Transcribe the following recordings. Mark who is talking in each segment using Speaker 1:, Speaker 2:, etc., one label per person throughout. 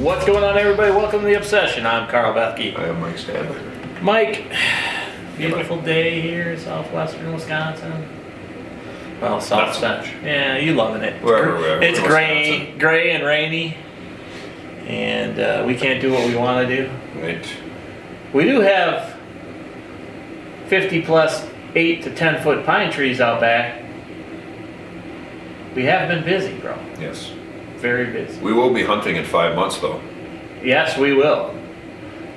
Speaker 1: What's going on, everybody? Welcome to the Obsession. I'm Carl Bethke.
Speaker 2: I am Mike Stanley.
Speaker 1: Mike, beautiful day here in southwestern Wisconsin. Well, south central. Yeah, you loving it.
Speaker 2: Wherever we are,
Speaker 1: It's
Speaker 2: we're in
Speaker 1: gray,
Speaker 2: Wisconsin.
Speaker 1: gray and rainy, and uh, we can't do what we want to do.
Speaker 2: Right.
Speaker 1: We do have 50 plus 8 to 10 foot pine trees out back. We have been busy, bro.
Speaker 2: Yes.
Speaker 1: Very busy.
Speaker 2: We will be hunting in five months, though.
Speaker 1: Yes, we will.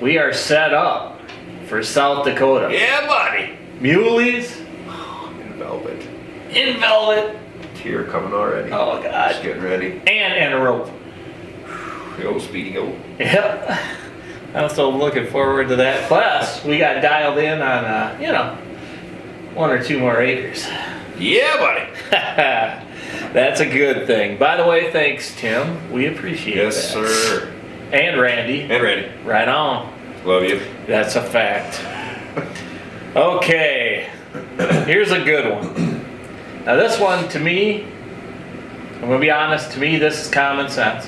Speaker 1: We are set up for South Dakota.
Speaker 2: Yeah, buddy.
Speaker 1: Muleys
Speaker 2: In velvet.
Speaker 1: in velvet.
Speaker 2: Tear coming already.
Speaker 1: Oh,
Speaker 2: Just
Speaker 1: God.
Speaker 2: getting ready.
Speaker 1: And, and a rope.
Speaker 2: Yo, Speedy, yo.
Speaker 1: Yep. I'm so looking forward to that. Plus, we got dialed in on, uh, you know, one or two more acres.
Speaker 2: Yeah, buddy.
Speaker 1: That's a good thing. By the way, thanks, Tim. We appreciate
Speaker 2: Yes,
Speaker 1: that.
Speaker 2: sir.
Speaker 1: And Randy.
Speaker 2: And Randy.
Speaker 1: Right on.
Speaker 2: Love you.
Speaker 1: That's a fact. Okay. Here's a good one. Now, this one, to me, I'm going to be honest, to me, this is common sense.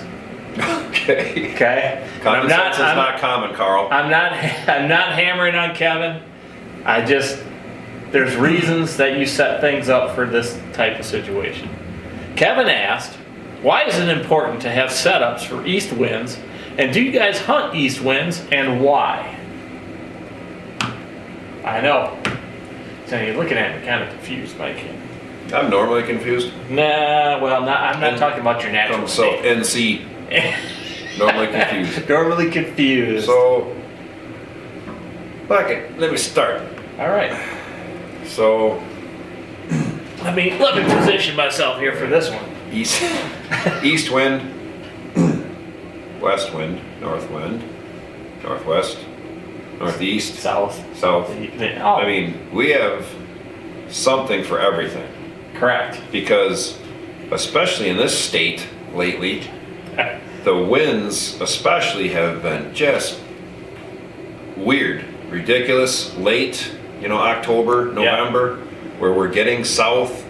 Speaker 2: Okay.
Speaker 1: Okay? And
Speaker 2: Common
Speaker 1: I'm
Speaker 2: sense is
Speaker 1: I'm-
Speaker 2: not common, Carl.
Speaker 1: I'm not I'm not hammering on Kevin. I just there's reasons that you set things up for this type of situation. Kevin asked, "Why is it important to have setups for east winds? And do you guys hunt east winds and why?" I know. So you're looking at me kind of confused, Mike.
Speaker 2: I'm normally confused.
Speaker 1: Nah, well, not, I'm not talking about your natural
Speaker 2: I'm so
Speaker 1: state.
Speaker 2: NC. Normally confused.
Speaker 1: Normally confused.
Speaker 2: So, fuck it. Let me start.
Speaker 1: All right.
Speaker 2: So,
Speaker 1: Let me let me position myself here for this one.
Speaker 2: East, east wind, west wind, north wind, northwest, northeast,
Speaker 1: South.
Speaker 2: south.
Speaker 1: Oh,
Speaker 2: I mean, we have something for everything
Speaker 1: correct.
Speaker 2: because, especially in this state lately, the winds, especially, have been just weird, ridiculous, late, you know, October, November, where we're getting south,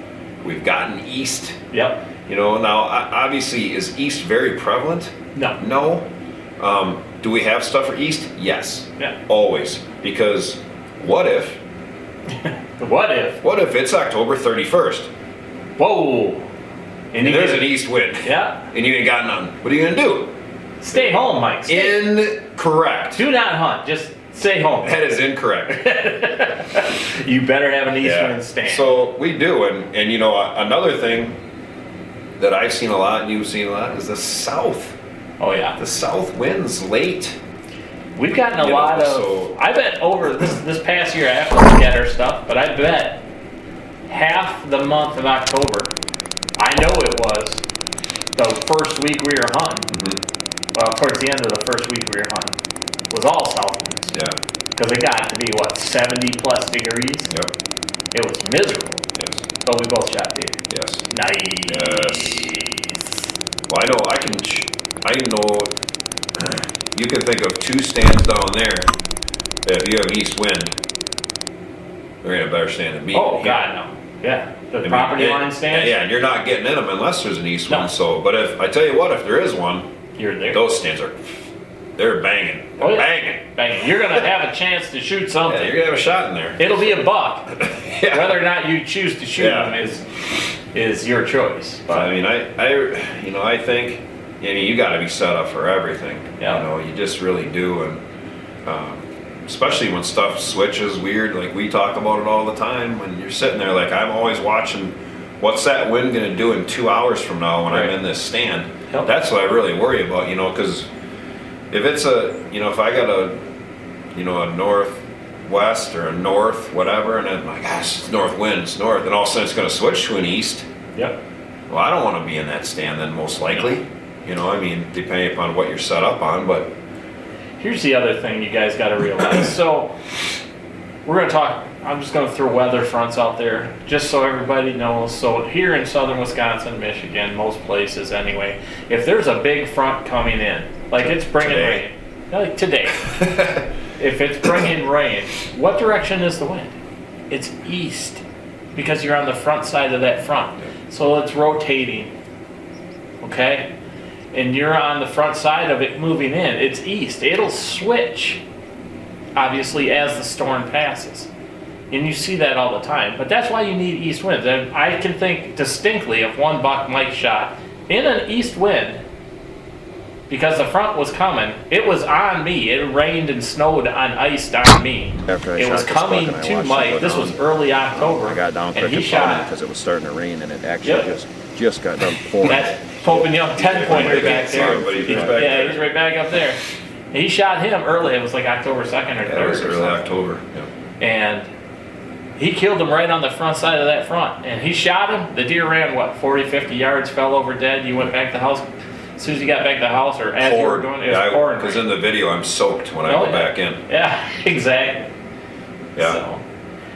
Speaker 2: we've gotten east.
Speaker 1: Yep.
Speaker 2: You know, now o- obviously, is East very prevalent?
Speaker 1: No.
Speaker 2: No. Um, do we have stuff for East? Yes,
Speaker 1: Yeah.
Speaker 2: always. Because what if,
Speaker 1: What if?
Speaker 2: what if it's October 31st
Speaker 1: Whoa.
Speaker 2: and there's an e-
Speaker 1: you-
Speaker 2: East wind
Speaker 1: Yeah.
Speaker 2: and you ain't got none? What are you gonna do?
Speaker 1: Stay home, Mike. Stay-
Speaker 2: Incorrect.
Speaker 1: Do not hunt. Just stay home.
Speaker 2: That is incorrect.
Speaker 1: you better have an east wind stand.
Speaker 2: So we do, and and you know a- another thing that I've seen a lot and you've seen a lot is the South.
Speaker 1: oh yeah.
Speaker 2: The South winds late.
Speaker 1: We've gotten a
Speaker 2: You know,
Speaker 1: lot of.
Speaker 2: so-
Speaker 1: I bet over this this past year, I have to look at our stuff, but I bet half the month of October, I know it was the first week we were hunting.
Speaker 2: Mm-hmm.
Speaker 1: Well, towards the end of the first week we were hunting, was all south winds
Speaker 2: Yeah.
Speaker 1: because it got to be what 70 plus degrees.
Speaker 2: Yep.
Speaker 1: It was miserable,
Speaker 2: Yes.
Speaker 1: but we both shot deer.
Speaker 2: Yes.
Speaker 1: Nice.
Speaker 2: Well, I know I can. ch- I know you can think of two stands down there. That if you have east wind, they're in a better stand than me.
Speaker 1: Oh God, no. Yeah, the
Speaker 2: I mean,
Speaker 1: property
Speaker 2: it-
Speaker 1: line stands.
Speaker 2: Yeah, and you're not getting in them unless there's an east
Speaker 1: No.
Speaker 2: wind. So, but if I tell you what, if there is one,
Speaker 1: You're there.
Speaker 2: those stands are they're banging,
Speaker 1: Oh, yeah.
Speaker 2: banging.
Speaker 1: Bang. You're gonna have a chance to shoot
Speaker 2: Yeah,
Speaker 1: something.
Speaker 2: you're gonna have a shot in there.
Speaker 1: It'll be a buck.
Speaker 2: Yeah.
Speaker 1: Whether or not you choose to shoot
Speaker 2: Yeah.
Speaker 1: them is is your choice.
Speaker 2: I
Speaker 1: But
Speaker 2: mean, I, I, you know, I think, I mean, you got to be set up for everything.
Speaker 1: Yeah.
Speaker 2: You know, you just really do, and um, especially when stuff switches weird, like we talk about it all the time. When you're sitting there, like I'm always watching, what's that wind gonna do in two hours from now when
Speaker 1: Right.
Speaker 2: I'm in this stand?
Speaker 1: Yep.
Speaker 2: That's what I really worry about, you know, because if it's a, you know, if I got a, you know, a northwest or a north, whatever, and I'm like, gosh, it's north wind, it's north, and all of a sudden it's going to switch to an east.
Speaker 1: yep.
Speaker 2: Well, I don't want to be in that stand then, most likely. You know, I mean, depending upon what you're set up on, but
Speaker 1: Here's the other thing you guys got to realize. So we're going to talk. I'm just going to throw weather fronts out there, just so everybody knows. So here in southern Wisconsin, Michigan, most places anyway, if there's a big front coming in, like it's bringing
Speaker 2: Today.
Speaker 1: rain, like today, if it's bringing rain, what direction is the wind? It's east, because you're on the front side of that front. So it's rotating. Okay. and you're on the front side of it moving in, it's east. It'll switch, obviously, as the storm passes. And you see that all the time. But that's why you need east winds. And I can think distinctly of one buck Mike shot in an east wind because the front was coming. It was on me. It rained and snowed on ice on me.
Speaker 3: After I
Speaker 1: it was
Speaker 3: shot this buck
Speaker 1: coming to
Speaker 3: and I watched it go
Speaker 1: Mike. This was
Speaker 3: down.
Speaker 1: early October.
Speaker 3: I got down
Speaker 1: and he
Speaker 3: cricket
Speaker 1: shot
Speaker 3: because it was starting to rain and it actually
Speaker 1: Yep.
Speaker 3: just just got done pouring.
Speaker 1: that Pope and Young 10 pointer back there.
Speaker 2: But he
Speaker 3: Yeah.
Speaker 2: back
Speaker 1: Yeah,
Speaker 2: there.
Speaker 1: he's right back up there. And he shot him early. It was like October 2nd or 3rd.
Speaker 2: That was
Speaker 1: or
Speaker 2: early
Speaker 1: something.
Speaker 2: October. Yeah.
Speaker 1: And he killed him right on the front side of that front. And he shot him. The deer ran, what, 40, 50 yards, fell over dead. You went back to the house. As soon as you got back to the house or as you were doing it, it was pouring.
Speaker 2: Because in the video, I'm soaked when I
Speaker 1: Oh,
Speaker 2: go
Speaker 1: yeah.
Speaker 2: back in.
Speaker 1: Yeah, exactly.
Speaker 2: Yeah.
Speaker 1: So,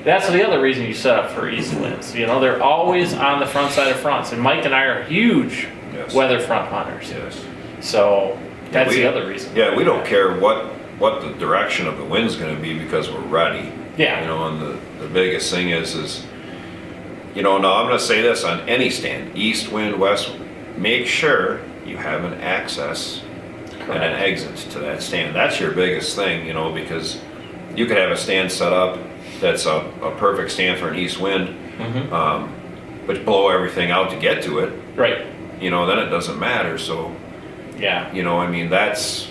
Speaker 1: that's the other reason you set up for east winds. You know, they're always on the front side of fronts. And Mike and I are huge
Speaker 2: Yes.
Speaker 1: weather front hunters.
Speaker 2: Yes.
Speaker 1: So that's
Speaker 2: We-
Speaker 1: the other reason.
Speaker 2: Yeah, we don't care what what the direction of the wind's going to be because we're ready.
Speaker 1: Yeah.
Speaker 2: You know, and the, the biggest thing is is you know now I'm going to say this on any stand, east wind, west, make sure you have an access and an exit to that stand. That's your biggest thing, you know, because you could have a stand set up that's a, a perfect stand for an east wind,
Speaker 1: Mhm.
Speaker 2: um, but blow everything out to get to it.
Speaker 1: Right.
Speaker 2: You know, then it doesn't matter. So
Speaker 1: Yeah.
Speaker 2: you know i mean that's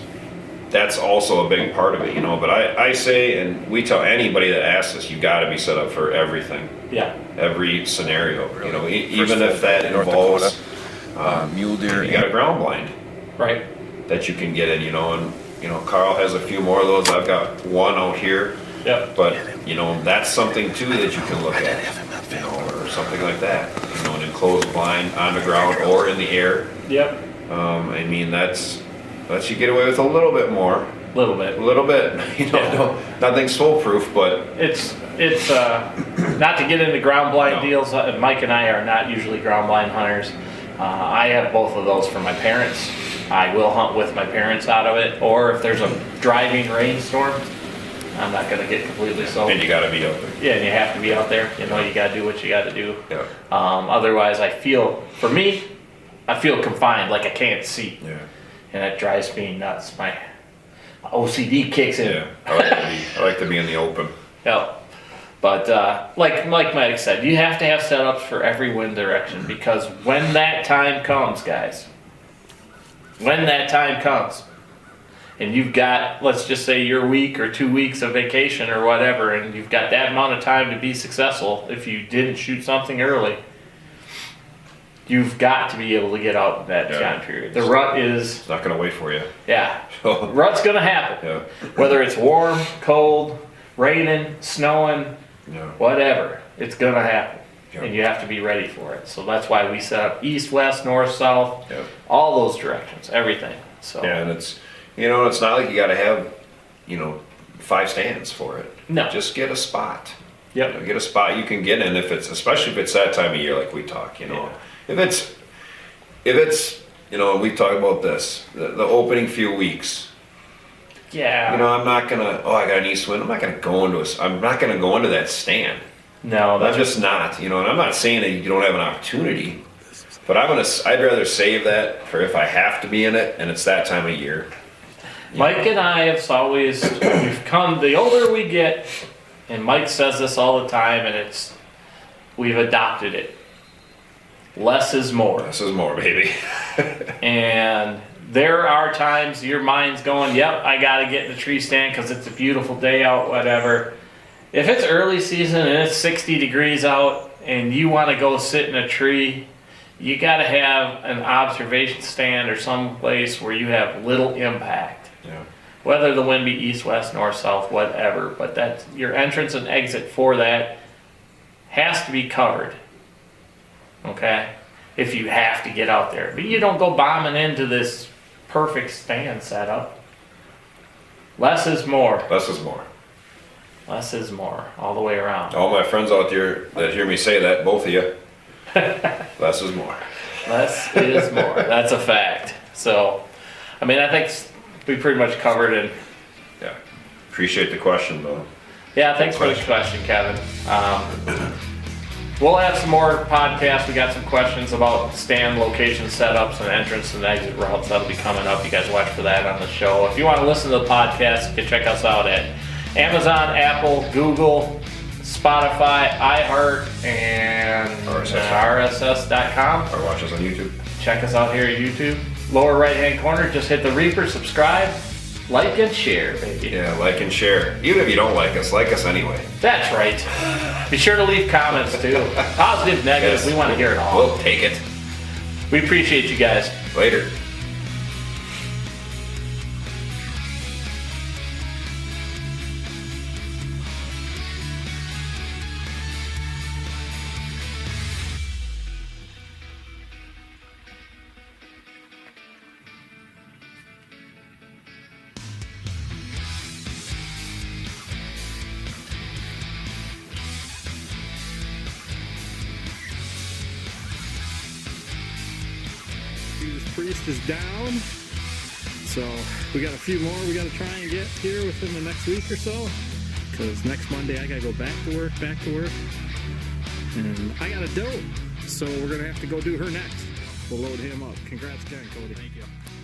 Speaker 2: that's also a big part of it you know but i i say and we tell anybody that asks us you got to be set up for everything
Speaker 1: Yeah.
Speaker 2: every scenario you know e-
Speaker 3: First
Speaker 2: even if that
Speaker 3: North
Speaker 2: involves
Speaker 3: uh, mule deer.
Speaker 2: you got a
Speaker 3: and-
Speaker 2: ground blind
Speaker 1: Right.
Speaker 2: that you can get in you know and you know carl has a few more of those i've got one out here
Speaker 1: Yep.
Speaker 2: but you know that's something too that you can look at you know or something like that you know an enclosed blind on the ground or in the air
Speaker 1: Yep.
Speaker 2: um, i mean that's lets you get away with a little bit more
Speaker 1: A little bit.
Speaker 2: A little bit, you know,
Speaker 1: Yeah.
Speaker 2: no, nothing's foolproof, but
Speaker 1: It's it's uh, not to get into ground blind
Speaker 2: No.
Speaker 1: deals. uh, Mike and I are not usually ground blind hunters. Uh, I have both of those for my parents. I will hunt with my parents out of it, or if there's a driving rainstorm, I'm not gonna get completely
Speaker 2: and
Speaker 1: soaked.
Speaker 2: you gotta be up there.
Speaker 1: Yeah, and you have to be out there. You know, you gotta do what you gotta do.
Speaker 2: Yeah.
Speaker 1: Um, otherwise, I feel for me, I feel confined, like I can't see.
Speaker 2: Yeah.
Speaker 1: and it drives me nuts. My OCD kicks in.
Speaker 2: Yeah. I like to be, I like to be in the open.
Speaker 1: Yep. But uh, like Mike might have said, you have to have setups for every wind direction because when that time comes, guys, when that time comes, and you've got, let's just say, your week or two weeks of vacation or whatever, and you've got that amount of time to be successful if you didn't shoot something early, you've got to be able to get out in that
Speaker 2: Yeah.
Speaker 1: time period. The rut is,
Speaker 2: It's not gonna wait for you.
Speaker 1: yeah,
Speaker 2: So,
Speaker 1: rut's gonna happen.
Speaker 2: yeah,
Speaker 1: Whether it's warm, cold, raining, snowing,
Speaker 2: yeah,
Speaker 1: whatever, it's gonna happen.
Speaker 2: Yeah.
Speaker 1: And you have to be ready for it. So that's why we set up east, west, north, south,
Speaker 2: yeah.
Speaker 1: all those directions, everything. So
Speaker 2: Yeah, and it's, you know, it's not like you gotta have, you know, five stands for it.
Speaker 1: No.
Speaker 2: Just get a spot. You know,
Speaker 1: yep.
Speaker 2: get a spot you can get in if it's, especially if it's that time of year like we talk, you know. If it's, if it's, you know, and we talk about this, the, the opening few weeks,
Speaker 1: Yeah.
Speaker 2: You know, I'm not gonna. Oh, I got an east wind. I'm not gonna go into a. s- I'm not gonna go into that stand.
Speaker 1: no,
Speaker 2: I'm
Speaker 1: that's
Speaker 2: just not. You know, and I'm not saying that you don't have an opportunity, but I'm gonna. s- I'd rather save that for if I have to be in it, and it's that time of year.
Speaker 1: Mike and I have always we've come the older we get, and Mike says this all the time, and it's we've adopted it. Less is more.
Speaker 2: This is more, baby.
Speaker 1: And there are times your mind's going, yep, I got to get in the tree stand because it's a beautiful day out, whatever. If it's early season and it's 60 degrees out and you want to go sit in a tree, you got to have an observation stand or someplace where you have little impact.
Speaker 2: Yeah.
Speaker 1: Whether the wind be east, west, north, south, whatever, but that's your entrance and exit for that has to be covered. Okay? If you have to get out there. But you don't go bombing into this perfect stand setup. Less is more.
Speaker 2: Less is more.
Speaker 1: Less is more. All the way around.
Speaker 2: All my friends out there that hear me say that, both of you, less is more.
Speaker 1: Less is more. That's a fact. So, I mean, I think we pretty much covered it.
Speaker 2: Yeah. Appreciate the question though.
Speaker 1: Yeah, thanks for the question, Kevin. Um, We'll have some more podcasts. We got some questions about stand location setups and entrance and exit routes. That'll be coming up. You guys watch for that on the show. If you want to listen to the podcast, you can check us out at Amazon, Apple, Google, Spotify, iHeart, and
Speaker 2: RSS.
Speaker 1: RSS.com.
Speaker 2: Or watch us on YouTube.
Speaker 1: Check us out here at YouTube. Lower right hand corner, just hit the Reaper, subscribe, like, and share, baby.
Speaker 2: Yeah, like and share. Even if you don't like us, like us anyway.
Speaker 1: That's right. Be sure to leave comments too. Positive, negative,
Speaker 2: Yes.
Speaker 1: we want to hear it all.
Speaker 2: We'll take it.
Speaker 1: We appreciate you guys.
Speaker 2: Later.
Speaker 4: Judas Priest is down. So we got a few more we got to try and get here within the next week or so. Because next Monday I got to go back to work, back to work. And I got a dope. So we're going to have to go do her next. We'll load him up. Congrats again, Cody. Thank you.